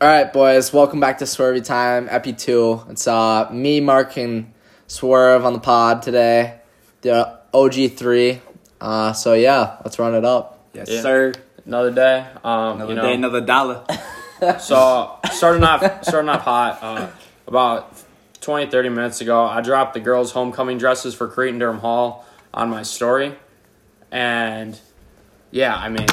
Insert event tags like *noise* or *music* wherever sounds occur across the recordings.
All right, boys, welcome back to Swervy Time, Epi 2. It's uh, me, Mark, and Swerve on the pod today, the OG3. Uh, so, yeah, let's run it up. Yes, Yeah. sir. Another day. Um, Another you know, day, another dollar. so starting off, starting off hot. Uh, about 20, 30 minutes ago, I dropped the girls' homecoming dresses for Creighton Durham Hall on my story, and yeah, I mean,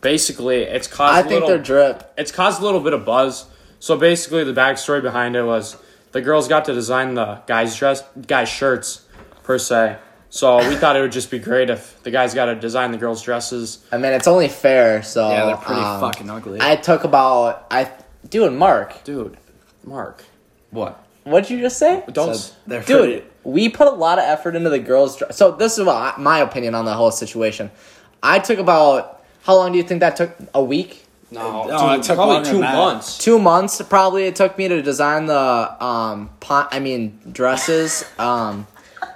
basically, it's caused. *laughs* I a think little- they're drip. it's caused a little bit of buzz. So basically, the backstory behind it was the girls got to design the guys' dress, guys' shirts, per se. So we thought it would just be great if the guys got to design the girls' dresses. I mean, it's only fair, so. Yeah, they're pretty um, fucking ugly. I took about. I Dude, Mark, Dude, Mark, what? what'd you just say? don't. So they're Dude, we put a lot of effort into the girls' dress. So, this is what I- my opinion on the whole situation. I took about. How long do you think that took? A week? No, No, dude, it took probably longer two than that. months. two months probably it took me to design the um pon- i mean dresses um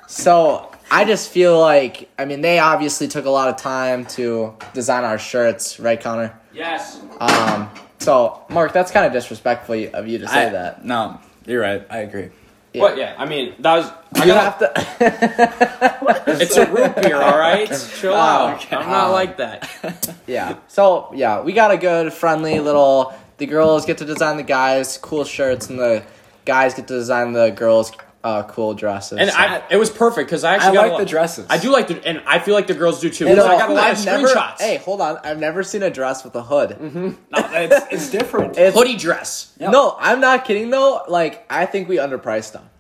so i just feel like i mean they obviously took a lot of time to design our shirts right connor Yes. um so mark that's kind of disrespectful y- of you to say that No, you're right. I agree. But yeah, I mean that was. I you got- have to it's a root beer, all *laughs* right. Chill out. okay. I'm not like *laughs* that. yeah so yeah we got a good friendly little the girls get to design the guys cool shirts and the guys get to design the girls uh, cool dresses And I, it was perfect because I actually I got a like lot- the dresses. I do like the, and I feel like the girls do too. You 'cause know, I got a lot of I've never- screenshots. Hey, hold on. I've never seen a dress with a hood. No, it's, it's different. It's- hoodie dress. Yeah. No, I'm not kidding though. Like, I think we underpriced them.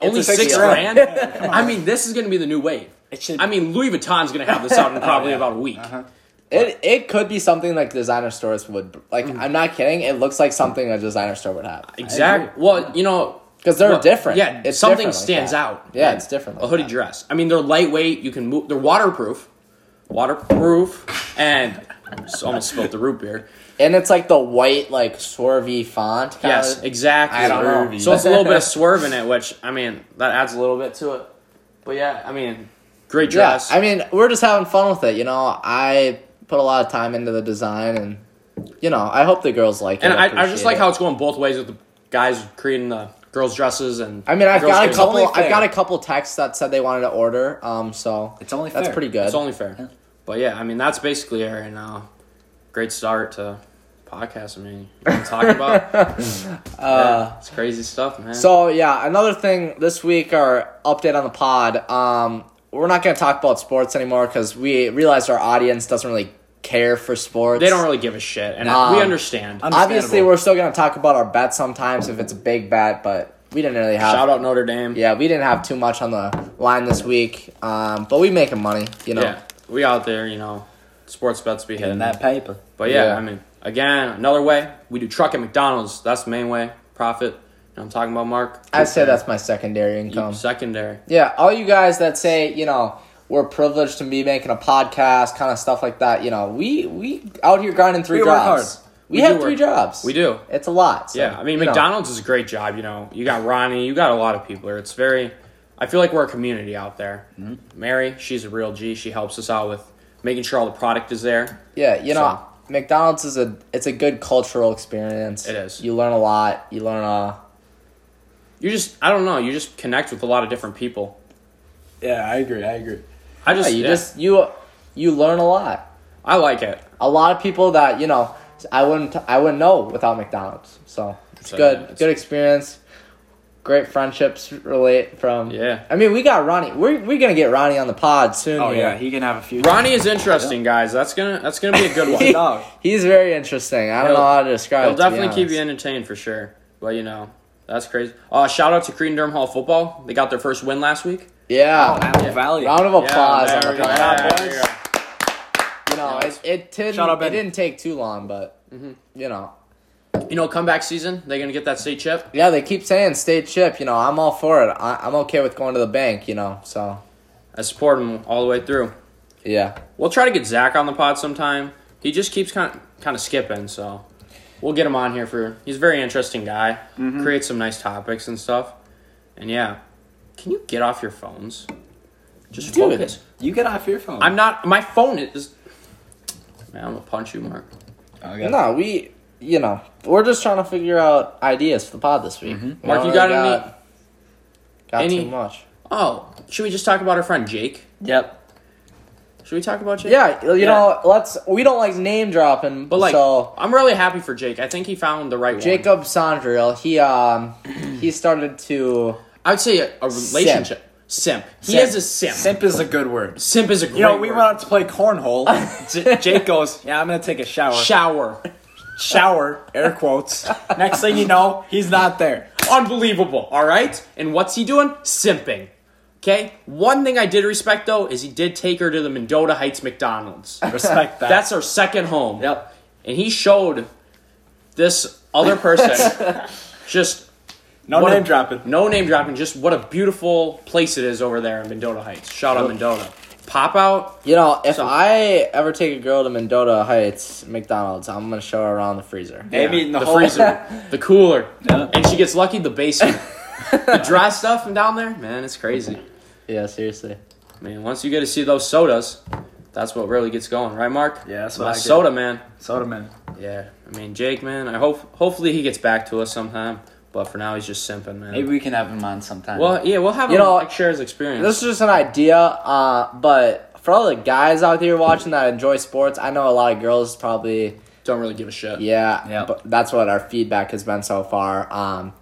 Only a six six, grand. grand. Yeah, *laughs* come on. I mean, this is going to be the new wave. It should I mean, Louis Vuitton's going to have this *laughs* out in probably yeah. Uh-huh. about a week. It it could be something like designer stores would like. Mm. I'm not kidding. It looks like something a designer store would have Exactly. Well, you know, 'Cause they're well, different. Yeah, It's something different like stands that. out. Yeah, it's different a like hoodie that. dress. I mean, they're lightweight. You can move. They're waterproof. Waterproof, and just almost spilled the root beer. and it's like the white like swervy font. Kinda. Yes, exactly. I don't know. So it's a little *laughs* bit of swerve in it, which I mean, that adds a little bit to it. But yeah, I mean, great Yeah, dress. I mean, we're just having fun with it. You know, I put a lot of time into the design, and you know, I hope the girls like and it. I, I just appreciate like it. how it's going both ways with the guys creating the girls' dresses and. I mean, I've girls got a getting- couple. only I've fair. got a couple texts that said they wanted to order. Um, so It's only that's fair. pretty good. It's only fair. But yeah, I mean that's basically it right now. Great start to podcast. I mean, you *laughs* can talk about Yeah, it's crazy stuff, man. Uh, So yeah, another thing this week, our update on the pod. Um, we're not gonna talk about sports anymore because we realized our audience doesn't really care for sports. they don't really give a shit, and Nah. we understand. I'm- Obviously, Understandable. we're still gonna talk about our bet sometimes if it's a big bet, but we didn't really have. Shout out Notre Dame. Yeah, we didn't have too much on the line this week. Um, but we making money, you know. Yeah, we out there, you know, sports bets be hitting. And that paper. But yeah, Yeah. I mean, again, another way we do truck at McDonald's. That's the main way profit. You know what I'm talking about Mark. I say that's my secondary income. secondary. Yeah, all you guys that say, you know, we're privileged to be making a podcast, kind of stuff like that. You know, we we out here grinding three We work jobs. hard. We, We do have three work- jobs. We do. It's a lot. so, Yeah, I mean you know. McDonald's is a great job. You know, you got Ronnie, you got a lot of people. here. It's very, I feel like we're a community out there. Mm-hmm. Mary, she's a real G. She helps us out with making sure all the product is there. Yeah, you know, So- McDonald's is a it's a good cultural experience. It is. You learn a lot. You learn uh You just, I don't know, you just connect with a lot of different people. Yeah, I agree. I agree. I just, you yeah, just you you learn a lot. I like it. A lot of people that you know I wouldn't I wouldn't know without McDonald's. So it's So, good yeah, it's- good experience. Great friendships relate from. Yeah. I mean, we got Ronnie. We're we're gonna get Ronnie on the pod soon. Oh here. yeah, *laughs* he can have a few. Ronnie is interesting, guys. That's gonna, that's gonna be *laughs* a good He- one. dog. He's very interesting. I don't He'll- know how to describe. It'll it, to be definitely keep you honest. entertained for sure. But you know, that's crazy. Uh, shout out to Creed and Durham Hall football. They got their first win last week. Yeah. Oh, Apple Valley. Round of applause. there on the we go. pod. Yeah, boys. there we go. You know, it it didn't Shout out, it Ben. didn't take too long, but Mm-hmm. you know, You know, comeback season. They're gonna get that state chip. yeah, they keep saying state chip. You know, I'm all for it. I, I'm okay with going to the bank. You know, so I support him all the way through. yeah. We'll try to get Zach on the pod sometime. He just keeps kind of, kind of skipping, so we'll get him on here for. He's a very interesting guy. Creates some nice topics and stuff. And yeah, can you get off your phones? Just Dude. focus. You get off your phone. Oh, I'm not. My phone is. Man, I'm gonna punch you, Mark. Okay. No, we you know, we're just trying to figure out ideas for the pod this week. We Mm-hmm. Mark, don't you got really any- Got any- too much. Oh, should we just talk about our friend Jake? Yep. Should we talk about Jake? Yeah, you Yeah. know, let's. We don't like name dropping, But like, so I'm really happy for Jake. I think he found the right one. Jacob Sondrill, he um, he started to. I would say a, a relationship. Simp. He Simp. is a simp. Simp, Simp is a good word. is a great You know, we word. went out to *laughs* play cornhole. J- Jake goes, "Yeah, I'm gonna take a shower." shower. shower, air quotes. Next thing you know, he's not there. Unbelievable. All right. And what's he doing? Simping. Okay. One thing I did respect though is he did take her to the Mendota Heights McDonald's. Respect that. That's our second home. Uh-huh. Yep. And he showed this other *laughs* person just no what a- name dropping. No name dropping. Just what a beautiful place it is over there in Mendota Heights. Shout out Mendota. Pop out. You know, if So- I ever take a girl to Mendota Heights McDonald's, I'm gonna show her around the freezer. Maybe Yeah, in the, the whole *laughs* freezer, the cooler, Yeah. and she gets lucky. The basement, the dry stuff from down there. Man, it's crazy. Yeah, seriously. Man, once you get to see those sodas, that's what really gets going, right, Mark? Yeah, that's what My I get. soda man. Soda man. Yeah, I mean Jake, man. I hope hopefully he gets back to us sometime, but for now he's just simping, man. Maybe we can have him on sometime. Well, yeah, we'll have You him know, like, share his experience. This is just an idea, uh, but for all the guys out there watching that enjoy sports, I know a lot of girls probably, Don't really give a shit. yeah, Yeah. But that's what our feedback has been so far. Um,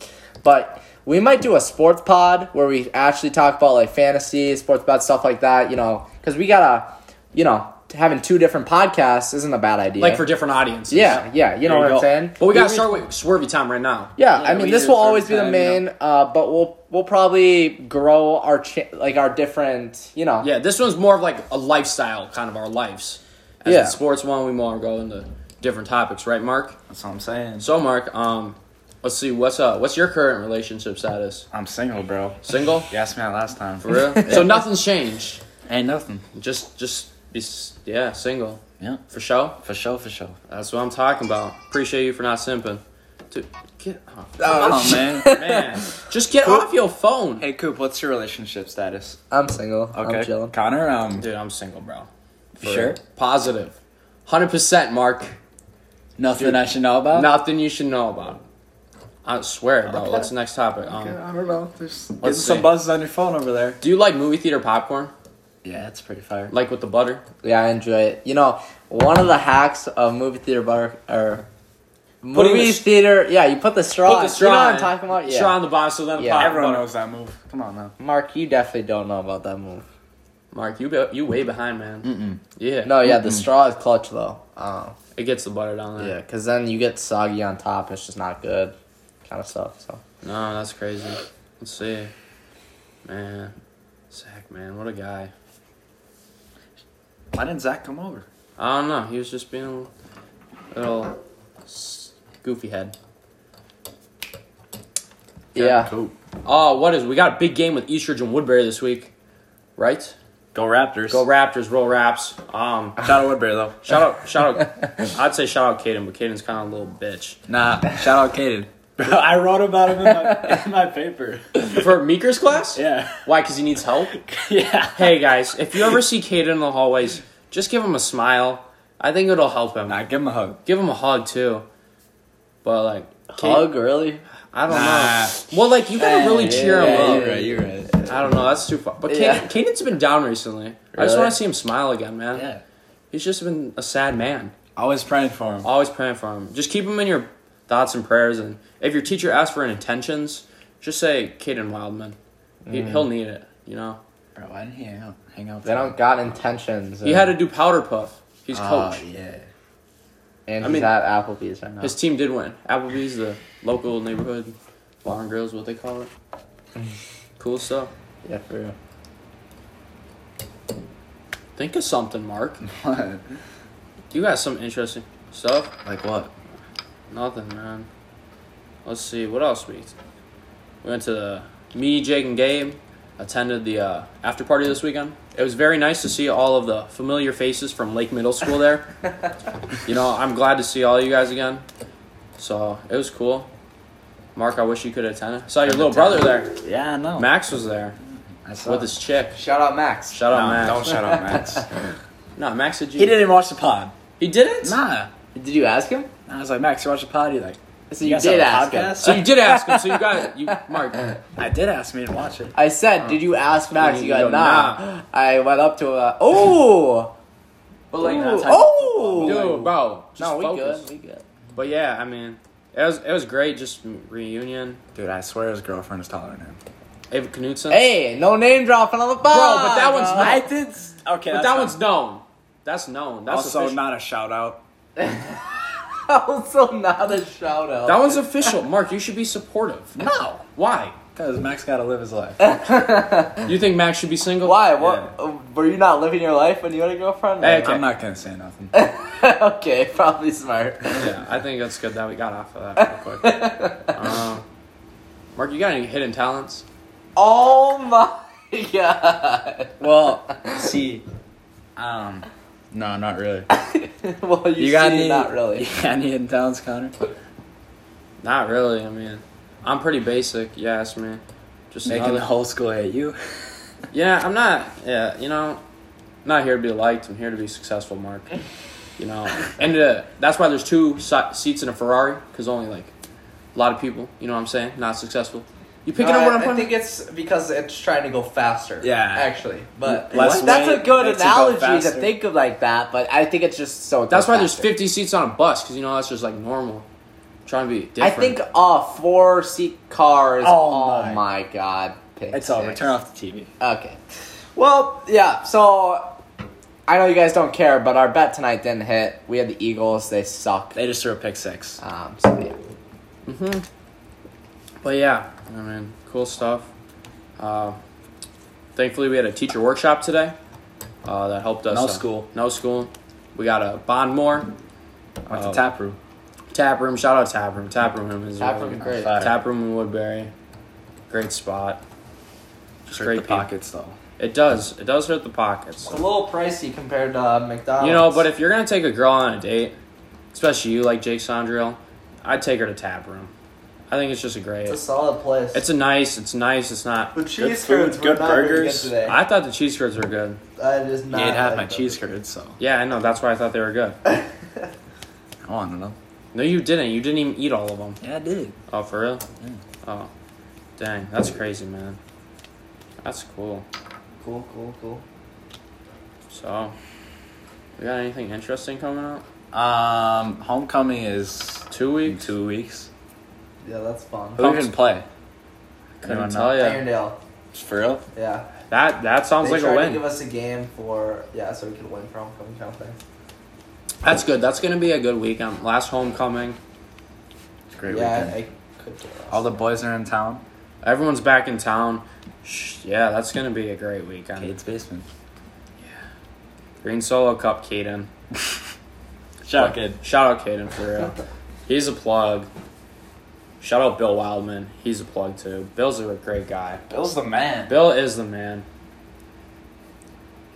but we might do a sports pod where we actually talk about like fantasy, sports bet, stuff like that, you know, because we gotta, you know, having two different podcasts isn't a bad idea. Like for different audiences. yeah, yeah, you know you what go. I'm saying. But we gotta start with Swervy Tom right now. Yeah, Yeah, I mean we this do will certain always be the time, you main, uh, but we'll we'll probably grow our cha- like our different, you know. Yeah, this one's more of like a lifestyle kind of our lives. As Yeah. the sports one, we more go into different topics, right, Mark? that's what I'm saying. So, Mark, um, let's see, what's uh, what's your current relationship status? I'm single, bro. Single? You asked me that last time. For real? so nothing's changed. Ain't nothing. Just, just be, s- yeah, single Yeah, for show. for sure, for sure. That's what I'm talking about. Appreciate you for not simping. Dude, get off, Uh, Oh, man. man. Just get off your phone. Hey, Coop, what's your relationship status? *laughs* I'm single. I'm chilling. Connor, um, Dude, I'm single, bro. For you sure? real. Positive. Hundred percent, Mark. Nothing I should know about? Nothing you should know about. I swear, bro. What's the next topic? Um, I don't know. There's Let's getting some see. buzzes on your phone over there. Do you like movie theater popcorn? Yeah, it's pretty fire. Like with the butter? Yeah, I enjoy it. You know, one of the hacks of movie theater bar or Putting movie the s- theater. Yeah, you put the straw. Put the straw you know what in. I'm talking about? Yeah. Straw in the box, so then Yeah. pop Everyone butter. knows that move. Come on now. Mark, you definitely don't know about that move. Mark, you be, you way behind, man. Mm-mm. Yeah. No, yeah, the straw is clutch though. Um, It gets the butter down there. yeah, because then you get soggy on top. It's just not good, kind of stuff. So No, that's crazy. Let's see. Man. Zach, man, what a guy. Why didn't Zach come over? I don't know. He was just being a little s- goofy head. yeah, Cool. Oh, what is? We got a big game with Eastridge and Woodbury this week, right? Go Raptors. Go Raptors, roll Raps. Um, Shout out Woodbury, though. shout out, shout out. I'd say shout out Caden, but Caden's kind of a little bitch. Nah, *laughs* shout out Caden. Bro, I wrote about him in my, in my paper. For Meeker's class? *laughs* Yeah. Why? Because he needs help? Yeah. Hey, guys, if you ever see Caden in the hallways, just give him a smile. I think it'll help him. Nah, give him a hug. Give him a hug, too. But, like, Ca- hug really. I don't Nah. know. Well, like, you gotta really Yeah, cheer him yeah, up. you're right, you're right. I don't know. That's too far. But Yeah. Caden, Caden's been down recently. I just Really? want to see him smile again, man. Yeah. He's just been a sad man. Always praying for him. Always praying for him. Just keep him in your thoughts and prayers. And if your teacher asks for intentions, just say Caden Wildman. He, He'll need it. You know, Bro, why didn't he hang out? Hang out They don't got intentions. he had to do powder puff. He's Oh, coach. yeah. *laughs* and I he's mean- at Applebee's right now. His team did win. Applebee's, the local neighborhood bar and grill is what they call it. cool stuff. yeah, for real. Think of something, Mark. What? You got some interesting stuff. Like what? Nothing, man. Let's see what else we we went to the me, Jake, and Gabe attended the uh, after party this weekend. It was very nice to see all of the familiar faces from Lake Middle *laughs* School there. you know, I'm glad to see all you guys again. So it was cool. Mark, I wish you could attend. Saw your little brother there. Yeah, I know. Max was there I saw with his chick. Shout out Max. Shout out, Max. Don't shout *laughs* out Max. No, Max did you? He didn't even watch the pod. He didn't. nah. Did you ask him? And I was like, Max, you watch the pod? He's like, So "You you guys have did a ask him. podcast?" So you did ask him. So you got you *laughs* Mark. I did ask me to watch it. I said, "Did you ask Max?" Oh, you You go, got nah. I went up to him. uh, Oh, But like, Ooh, that's how- oh, Dude, bro. Just no, we focus. good, we good. But yeah, I mean, it was it was great. Just reunion. dude, I swear his girlfriend is taller than him. Ava Knutson. Hey, no name dropping on the pod, Bro, but that one's bro. not- I *laughs* did. s- Okay, but that's that fine. one's known. That's known. That's also official. not a shout out. also not a shout out. that one's official. Mark, you should be supportive. No, Why? Cause Max gotta live his life. You think Max should be single? Why? What? Were you not living your life when you had a girlfriend? Hey, I'm not gonna say nothing. *laughs* okay, probably smart. Yeah, I think that's good that we got off of that real quick. um, Mark, you got any hidden talents? Oh my *laughs* god. *laughs* *laughs* well, see, um, no, not *laughs* really. well, you, You got see, any? not really. You got any hidden talents, Connor? Not really. I mean, I'm pretty basic. You ask me. Just Making the another- whole school hate you. Yeah, I'm not. Yeah, you know, I'm not here to be liked. I'm here to be successful, Mark. You know, and uh, that's why there's two si- seats in a Ferrari because only like a lot of people. You know what I'm saying? Not successful. You picking up what I'm I putting? think it's because it's trying to go faster. Yeah. actually, but Less What? that's a weight good makes it go analogy to faster. think of like that. But I think it's just so. it that's goes why there's faster. 50 seats on a bus because you know that's just like normal. trying to be different. I think a four seat car is. Oh, Oh my. my. god! Pick It's over. six. Turn off the TV. Okay. Well, yeah. So I know you guys don't care, but our bet tonight didn't hit. We had the Eagles. They suck. They just threw a pick six. Um, so yeah. Mm-hmm. But yeah, I mean, cool stuff. Uh, thankfully, we had a teacher workshop today uh, that helped us. No uh, school. No school. We got a bond more Went Oh. to tap room. tap room. Shout out tap room. Tap room is Tap really room, good. great. Fire. Tap room in Woodbury. Great spot. Just Hurt great the people. pockets though. It does. It does hurt the pockets. It's a little pricey compared to uh, McDonald's. You know, but if you're gonna take a girl on a date, especially you like Jake Sondrill, I'd take her to tap room. I think it's just a great. it's a solid place. It's a nice. It's nice. It's not. the cheese food, curds were good not very burgers. good today. I thought the cheese curds were good. I just You not. ate half like my them. cheese curds, so Yeah, I know. That's why I thought they were good. I want to know. No, you didn't. You didn't even eat all of them. Yeah, I did. Oh, for real? Oh, dang. That's crazy, man. That's cool. Cool, cool, cool. So, we got anything interesting coming up? Um, homecoming is Two in weeks? two weeks. Yeah, that's fun. Who even play? Couldn't Anyone tell know? you. Irondale. For real? Yeah. That that sounds they like a tried to give win. us a game for yeah, so we could win from homecoming kind of thing. That's good. That's gonna be a good weekend. Last homecoming. It's a great yeah, weekend. I could. care less. All the boys are in town. Everyone's back in town. Shh, yeah, that's gonna be a great weekend. Kate's basement. Green Solo Cup, Caden. Shout out, kid. Shout out Caden for real. He's a plug. Shout out Bill Wildman. He's a plug too. Bill's a great guy. Bill's the man. Bill is the man.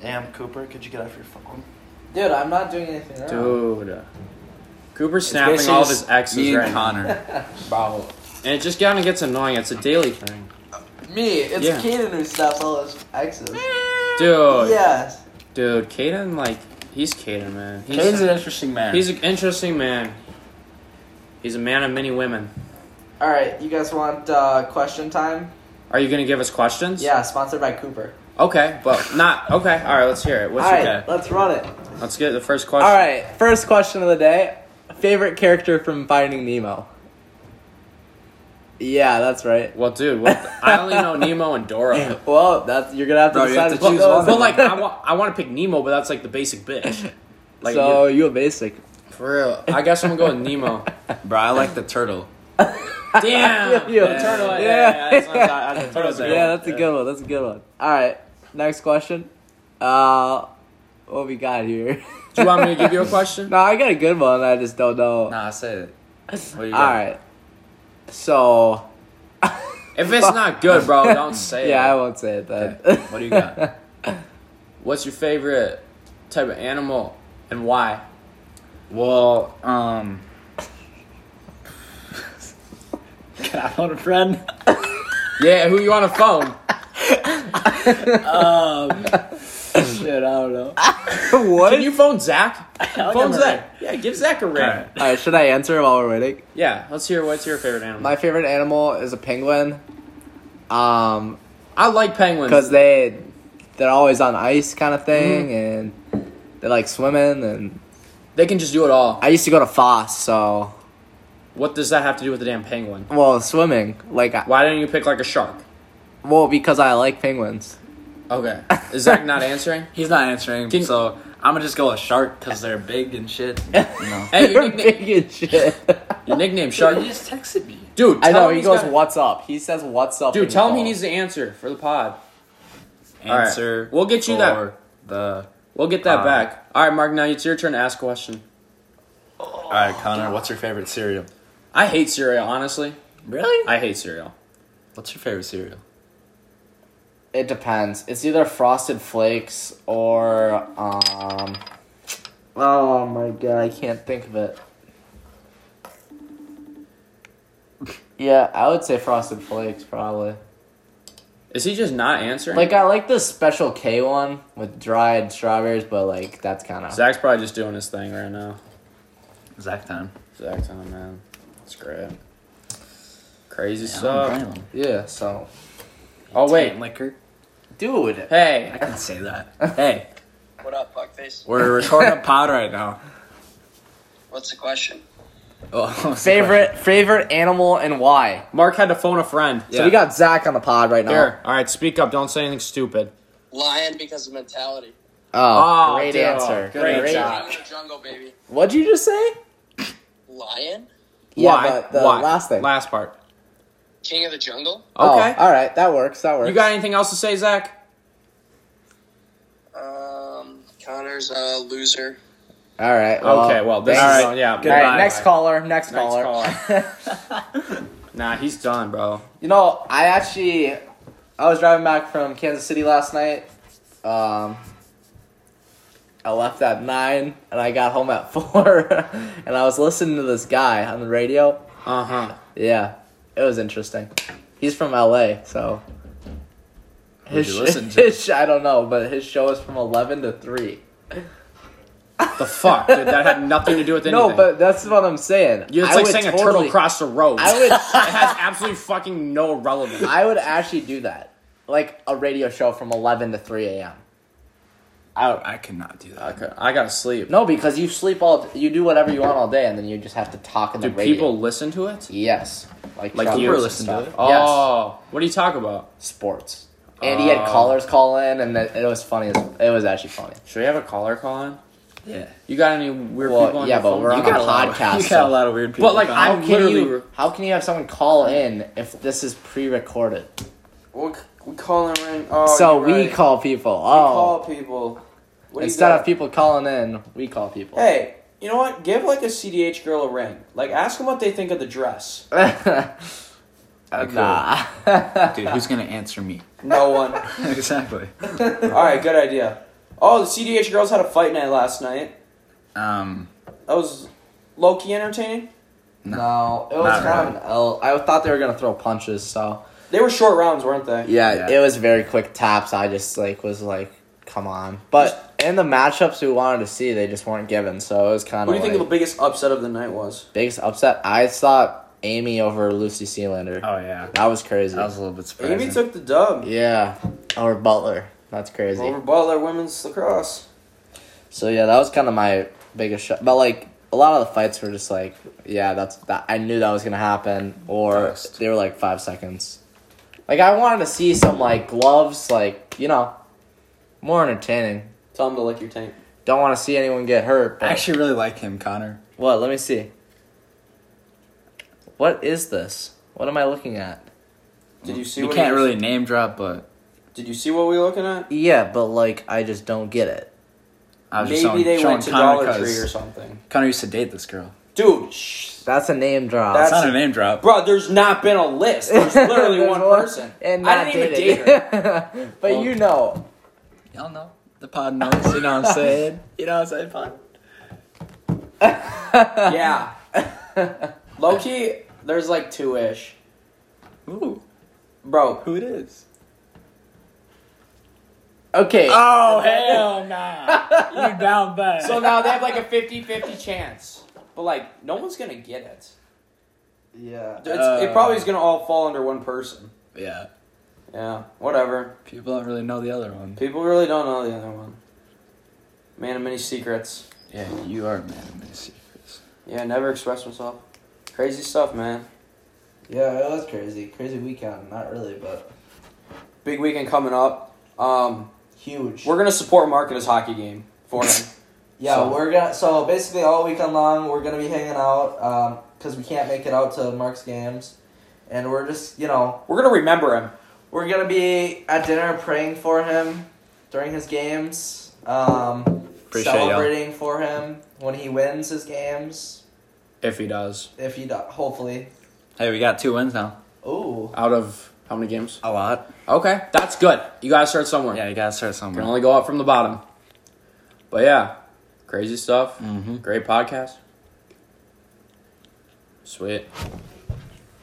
Damn, Cooper, could you get off your phone? Dude, I'm not doing anything wrong. Dude. Cooper's snapping all of his Me exes and right now. Connor. *laughs* Wow. And it just kind of gets annoying. It's a daily thing. Me, it's Yeah. Kaden who snaps all his exes. Oh, Dude. Yes. Dude, Caden, like, he's Caden, man. He's, Kate's an interesting man. he's an interesting man. He's a man of many women. All right, you guys want uh, question time? Are you going to give us questions? Yeah, sponsored by Cooper. Okay, but not. Okay, all right, let's hear it. What's All your, right, okay. let's run it. Let's get the first question. All right, first question of the day: favorite character from Finding Nemo. Yeah, that's right. *clears throat* Well, dude, what the- I only know Nemo *laughs* and Dora. Well, that's you're gonna have to Bro, you decide have to what choose goes one. But like, I want I want to pick Nemo, but that's like the basic *laughs* bitch. Like, so you a basic. for real, I guess I'm gonna go with Nemo. Bro, I *laughs* like the turtle. *laughs* Damn, You- the turtle. yeah. Yeah, yeah, that's what I- I- the turtle's Yeah, a good Yeah, one. that's a good one. That's a good one. All right, next question. Uh, what we got here? *laughs* Do you want me to give you a question? no, I got a good one. I just don't know. Nah, I said it. What do you All got? right. So If it's not good, bro, don't *laughs* say yeah, I it. won't say it then. What do you got? What's your favorite type of animal and why? Well, um. Can I phone a friend? Yeah, who you on the phone? Um, Shit, I don't know. *laughs* what? Can you *laughs* phone Zach? phone him a Zach. Yeah, give Zach a ring. Alright. All right, should I answer while we're waiting? Yeah, let's hear what's your favorite animal. My favorite animal is a penguin. Um, I like penguins. because they they're always on ice kind of thing, Mm-hmm. and they like swimming. And they can just do it all. I used to go to Foss, so What does that have to do with the damn penguin? well swimming like I, Why didn't you pick like *laughs* a shark? well because I like penguins. Okay. Is Zach not answering? He's not answering, Can- so I'm gonna just go with shark because they're big and shit. You know. Hey, They're *laughs* your, nickname, big and shit. your nickname *laughs* Shark, Shark. you just texted me. Dude, I tell know him he he's goes, gotta- "What's up?" He says, "What's up?" Dude, in tell the him he phone. needs to answer for the pod. Alright, Answer. we'll get you that. for The We'll get that Uh, back. All right, Mark. Now it's your turn to ask a question. all right, Connor. What's your favorite cereal? I hate cereal, honestly. Really? I hate cereal. What's your favorite cereal? It depends. It's either Frosted Flakes or um. Oh my god, I can't think of it. Yeah, I would say Frosted Flakes probably. Is he just not answering? Like I like the Special K one with dried strawberries, but like that's kind of Zach's probably just doing his thing right now. Zach time. Zach time, man. That's great. Crazy Yeah, I'm stuff. Brown. yeah. So, Oh wait, liquor. dude, I hey, can say *laughs* that. Hey, What up, Buckface? we're recording *laughs* a pod right now. What's the question? Oh, *laughs* what's the favorite favorite animal and why? Mark had to phone a friend. So we got Zach on the pod right now. Here, all right, speak up. Don't say anything stupid. Lion because of mentality. Oh, Oh, great dude. answer. Great Great. job. Lion in the jungle, baby. What'd you just say? Lion? Why? Yeah, the, the Why? last thing. Last part. King of the jungle? Okay. Oh, all right, that works. That works. you got anything else to say, Zach? Um, Connor's a loser. All right. okay. Well, this Uh, thanks. is All right. yeah. Goodbye. bye. next caller. Next, Next caller. Nah, he's done, bro. *laughs* you know, I actually, I was driving back from Kansas City last night. Um, I left at nine, and I got home at *laughs* four, and I was listening to this guy on the radio. Uh huh. Yeah, it was interesting. He's from LA, so. Who'd His, you sh- *laughs* listen to? his sh- I don't know, but his show is from eleven to three. The fuck, dude. That had nothing to do with anything. *laughs* No, but that's what I'm saying. Yeah, it's I like would saying a totally- turtle crossed the road. I *laughs* it would has absolutely fucking no relevance. I would actually do that. Like a radio show from 11 to 3 a.m. question? oh, I cannot do that. Okay, I gotta sleep. No, because you sleep all, you do whatever you want all day, and then you just have to talk in the do radio. people listen to it? Yes. Like, Like truckers you and listen to stuff. it? Yes. Oh, what do you talk about? Sports. And he had Oh. callers call in, and it, it was funny. as- It was actually funny. Should we have a caller call in? Yeah. You got any weird Well, people on yeah, your but phone? we're You on a got pod- Podcast, You got so- a lot of weird people. But, like, How I'm can literally- you? How can you have someone call in if this is pre-recorded? We'll, we call him in. Oh, so you're we right. call people. Oh, call people. What do you instead got? of people calling in, we call people. *laughs* Hey, you know what? Give like a CDH girl a ring. Like, ask them what they think of the dress. nah. dude, who's gonna answer me? No one. *laughs* exactly. *laughs* All right, good idea. Oh, the CDH girls had a fight night last night. Um, That was low key entertaining. No, it was Not kind of an L. I thought they were gonna throw punches, so They were short rounds, weren't they? yeah, Yeah. it was very quick taps. I just like was like, come on. But in the matchups we wanted to see, they just weren't given, so it was kind What of do you like, think the biggest upset of the night was? biggest upset. I thought Amy over Lucy Sealander. oh yeah, That was crazy. that was a little bit surprising. Amy took the dub yeah, over Butler. That's crazy. over Butler women's lacrosse. So yeah, that was kind of my biggest shot. But like a lot of the fights were just like, yeah, that's that. I knew that was gonna happen, or Fast. they were like five seconds. Like I wanted to see some like gloves, like you know, more entertaining. Tell them to lick your tank. Don't want to see anyone get hurt. I But, actually really like him, Connor. what? Let me see. What is this? What am I looking at? Did you see? We what can't he- really name drop, but Did you see what we were looking at? Yeah, but like I just don't get it. I was Maybe just showing, they showing went to Connor 'cause Dollar Tree or something. Connor used to date this girl. Dude, shh. That's a name drop. That's That's- not a name drop. bro, there's not been a list. *laughs* *laughs* There's literally There's one person. and I not didn't even dated. date her. *laughs* but you know, Y'all know the pod knows. You know *laughs* what I'm saying? You know what I'm saying, pod? *laughs* yeah. Low key, there's like two ish, Ooh, bro. who it is? Okay. uh, Oh hell nah! you down bad. *laughs* So now they have like a 50-50 chance. But like no one's gonna get it. yeah. It's, it probably is gonna all fall under one person. Yeah. Yeah, whatever. People don't really know the other one. People really don't know the other one. Man of many secrets. Yeah, you are a man of many secrets. Yeah, never express myself. Crazy stuff, man. Yeah, that was crazy. Crazy weekend. Not really, but Big weekend coming up. Um, huge. we're gonna support Mark at his hockey game for him. *laughs* Yeah, So- we're gonna. So basically, all weekend long, we're gonna be hanging out because we can't make it out to Mark's games, and we're just you know we're gonna remember him. we're gonna be at dinner praying for him during his games, um, Appreciate y'all. celebrating for him when he wins his games. If he does. If he do- hopefully, Hey, we got two wins now. ooh, Out of how many games? A lot. Okay, that's good. You gotta start somewhere. Yeah, you gotta start Can somewhere. only go up from the bottom. But yeah, crazy stuff. Mm-hmm. Great podcast. Sweet.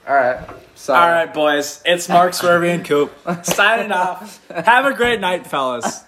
all right, so All right, boys. It's Mark Swervy and Coop signing off. Have a great night, fellas.